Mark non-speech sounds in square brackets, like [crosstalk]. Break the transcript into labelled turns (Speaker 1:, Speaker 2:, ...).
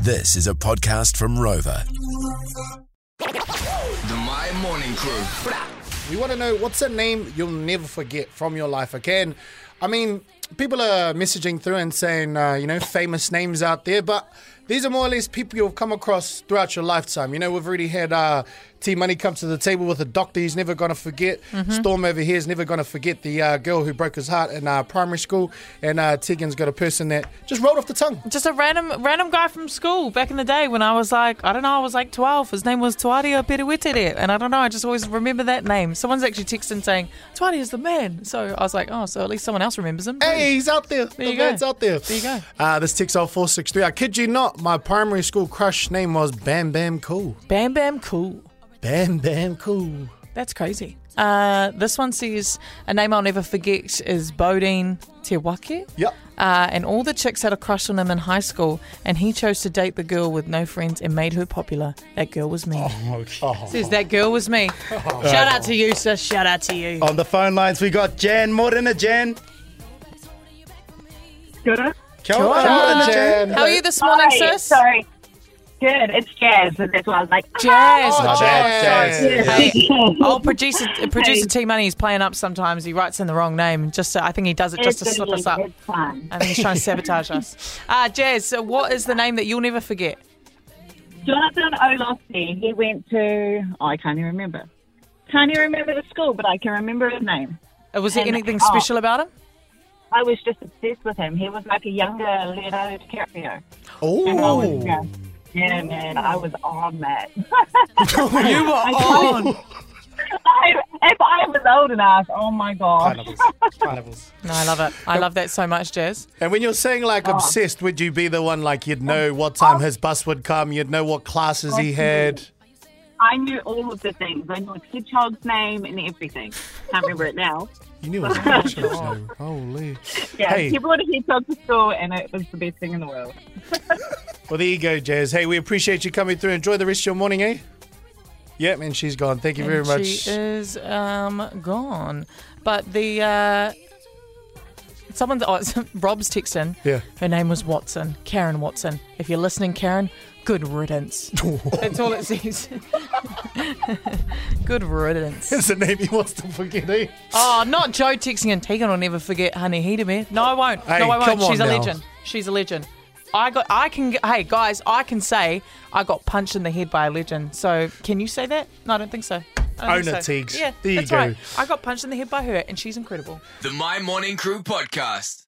Speaker 1: This is a podcast from Rover.
Speaker 2: The My Morning Crew.
Speaker 3: We want to know what's a name you'll never forget from your life again. I mean, people are messaging through and saying, uh, you know, famous names out there, but these are more or less people you've come across throughout your lifetime. You know, we've already had uh, T Money come to the table with a doctor he's never going to forget.
Speaker 4: Mm-hmm.
Speaker 3: Storm over here is never going to forget the uh, girl who broke his heart in uh, primary school. And uh, Tegan's got a person that just rolled off the tongue.
Speaker 4: just a random random guy from school back in the day when I was like, I don't know, I was like 12. His name was Tuaria Perewetere. And I don't know, I just always remember that name. Someone's actually texting saying, Tuaria's the man. So I was like, oh, so at least someone else remembers him.
Speaker 3: Hey, he's out there. the
Speaker 4: you go.
Speaker 3: man's out there.
Speaker 4: There you go.
Speaker 3: Uh, this ticks off 463. I kid you not, my primary school crush name was Bam Bam Cool.
Speaker 4: Bam Bam Cool.
Speaker 3: Bam Bam Cool.
Speaker 4: That's crazy. Uh, this one says, a name I'll never forget is Bodine Te Wake.
Speaker 3: Yep.
Speaker 4: Uh, and all the chicks had a crush on him in high school, and he chose to date the girl with no friends and made her popular. That girl was me. Says that girl was me. Shout out to you, sis. Shout out to you.
Speaker 5: On the phone lines, we got Jan. Morena, Jan.
Speaker 6: Good.
Speaker 5: Kia ora, morena, Jan.
Speaker 4: How are you this morning, sis?
Speaker 6: Sorry. Good. It's Jazz, and that's why I was like,
Speaker 4: Jazz.
Speaker 3: Oh,
Speaker 5: Jazz,
Speaker 3: Jazz.
Speaker 4: Hey, oh, producer, uh, producer T Money is playing up sometimes. He writes in the wrong name. Just to, I think he does it just to slip us up. Um,
Speaker 6: It's fun.
Speaker 4: I think he's trying to sabotage
Speaker 6: [laughs]
Speaker 4: us. Uh, Jazz, so what is the name that you'll never forget?
Speaker 6: Jonathan Olofsky, he went to, oh, I can't even remember. Can't even remember the school, but I can remember his name.
Speaker 4: Uh, Was there
Speaker 6: And-
Speaker 4: anything
Speaker 6: oh.
Speaker 4: special about him?
Speaker 6: I was just obsessed with him. He was like a younger Leonardo DiCaprio. And I
Speaker 3: Oh,
Speaker 6: was, yeah, yeah, man, I was
Speaker 4: [laughs]
Speaker 6: on that.
Speaker 4: You were on.
Speaker 6: [laughs] I, if I was old enough, oh my God.
Speaker 5: Carnivals. Carnivals.
Speaker 4: No, I love it. I love that so much, Jazz.
Speaker 3: And when you're saying
Speaker 4: Oh.
Speaker 3: like obsessed, would you be the one like you'd know what time his bus would come, you'd know what classes he had?
Speaker 6: I knew all of the things. I knew his hedgehog's name and everything. Can't remember it now.
Speaker 3: You knew
Speaker 4: [laughs]
Speaker 3: his classes, no. Holy.
Speaker 6: Yeah,
Speaker 3: Hey.
Speaker 6: he brought a hedgehog to school, and it was the best thing in the world.
Speaker 3: Well, there you go, Jazz. Hey, we appreciate you coming through. Enjoy the rest of your morning, eh? Yep, and she's gone. Thank you very
Speaker 4: And
Speaker 3: much.
Speaker 4: She is um, gone. But the uh, someone's oh, [laughs] it's Rob's texting.
Speaker 3: Yeah. [laughs]
Speaker 4: Her name was Watson, Karen Watson. If you're listening, Karen,
Speaker 3: [laughs]
Speaker 4: good riddance. That's all it says. [laughs] good riddance.
Speaker 3: That's the name he wants to forget, eh?
Speaker 4: Oh, not Joe texting and Tegan will never forget Honey Hedemir. No, I won't.
Speaker 3: Hey,
Speaker 4: no, I
Speaker 3: come
Speaker 4: won't.
Speaker 3: on
Speaker 4: She's a
Speaker 3: now.
Speaker 4: legend. She's a legend. I got. I can. g- Hey guys, I can say I got punched in the head by a legend. So can you say that? No, I don't think so. I don't
Speaker 3: Own
Speaker 4: think
Speaker 3: it,
Speaker 4: so.
Speaker 3: Teagues.
Speaker 4: Yeah,
Speaker 3: There you
Speaker 4: that's
Speaker 3: go.
Speaker 4: right. I got punched in the head by her, and she's incredible.
Speaker 2: The My Morning Crew podcast.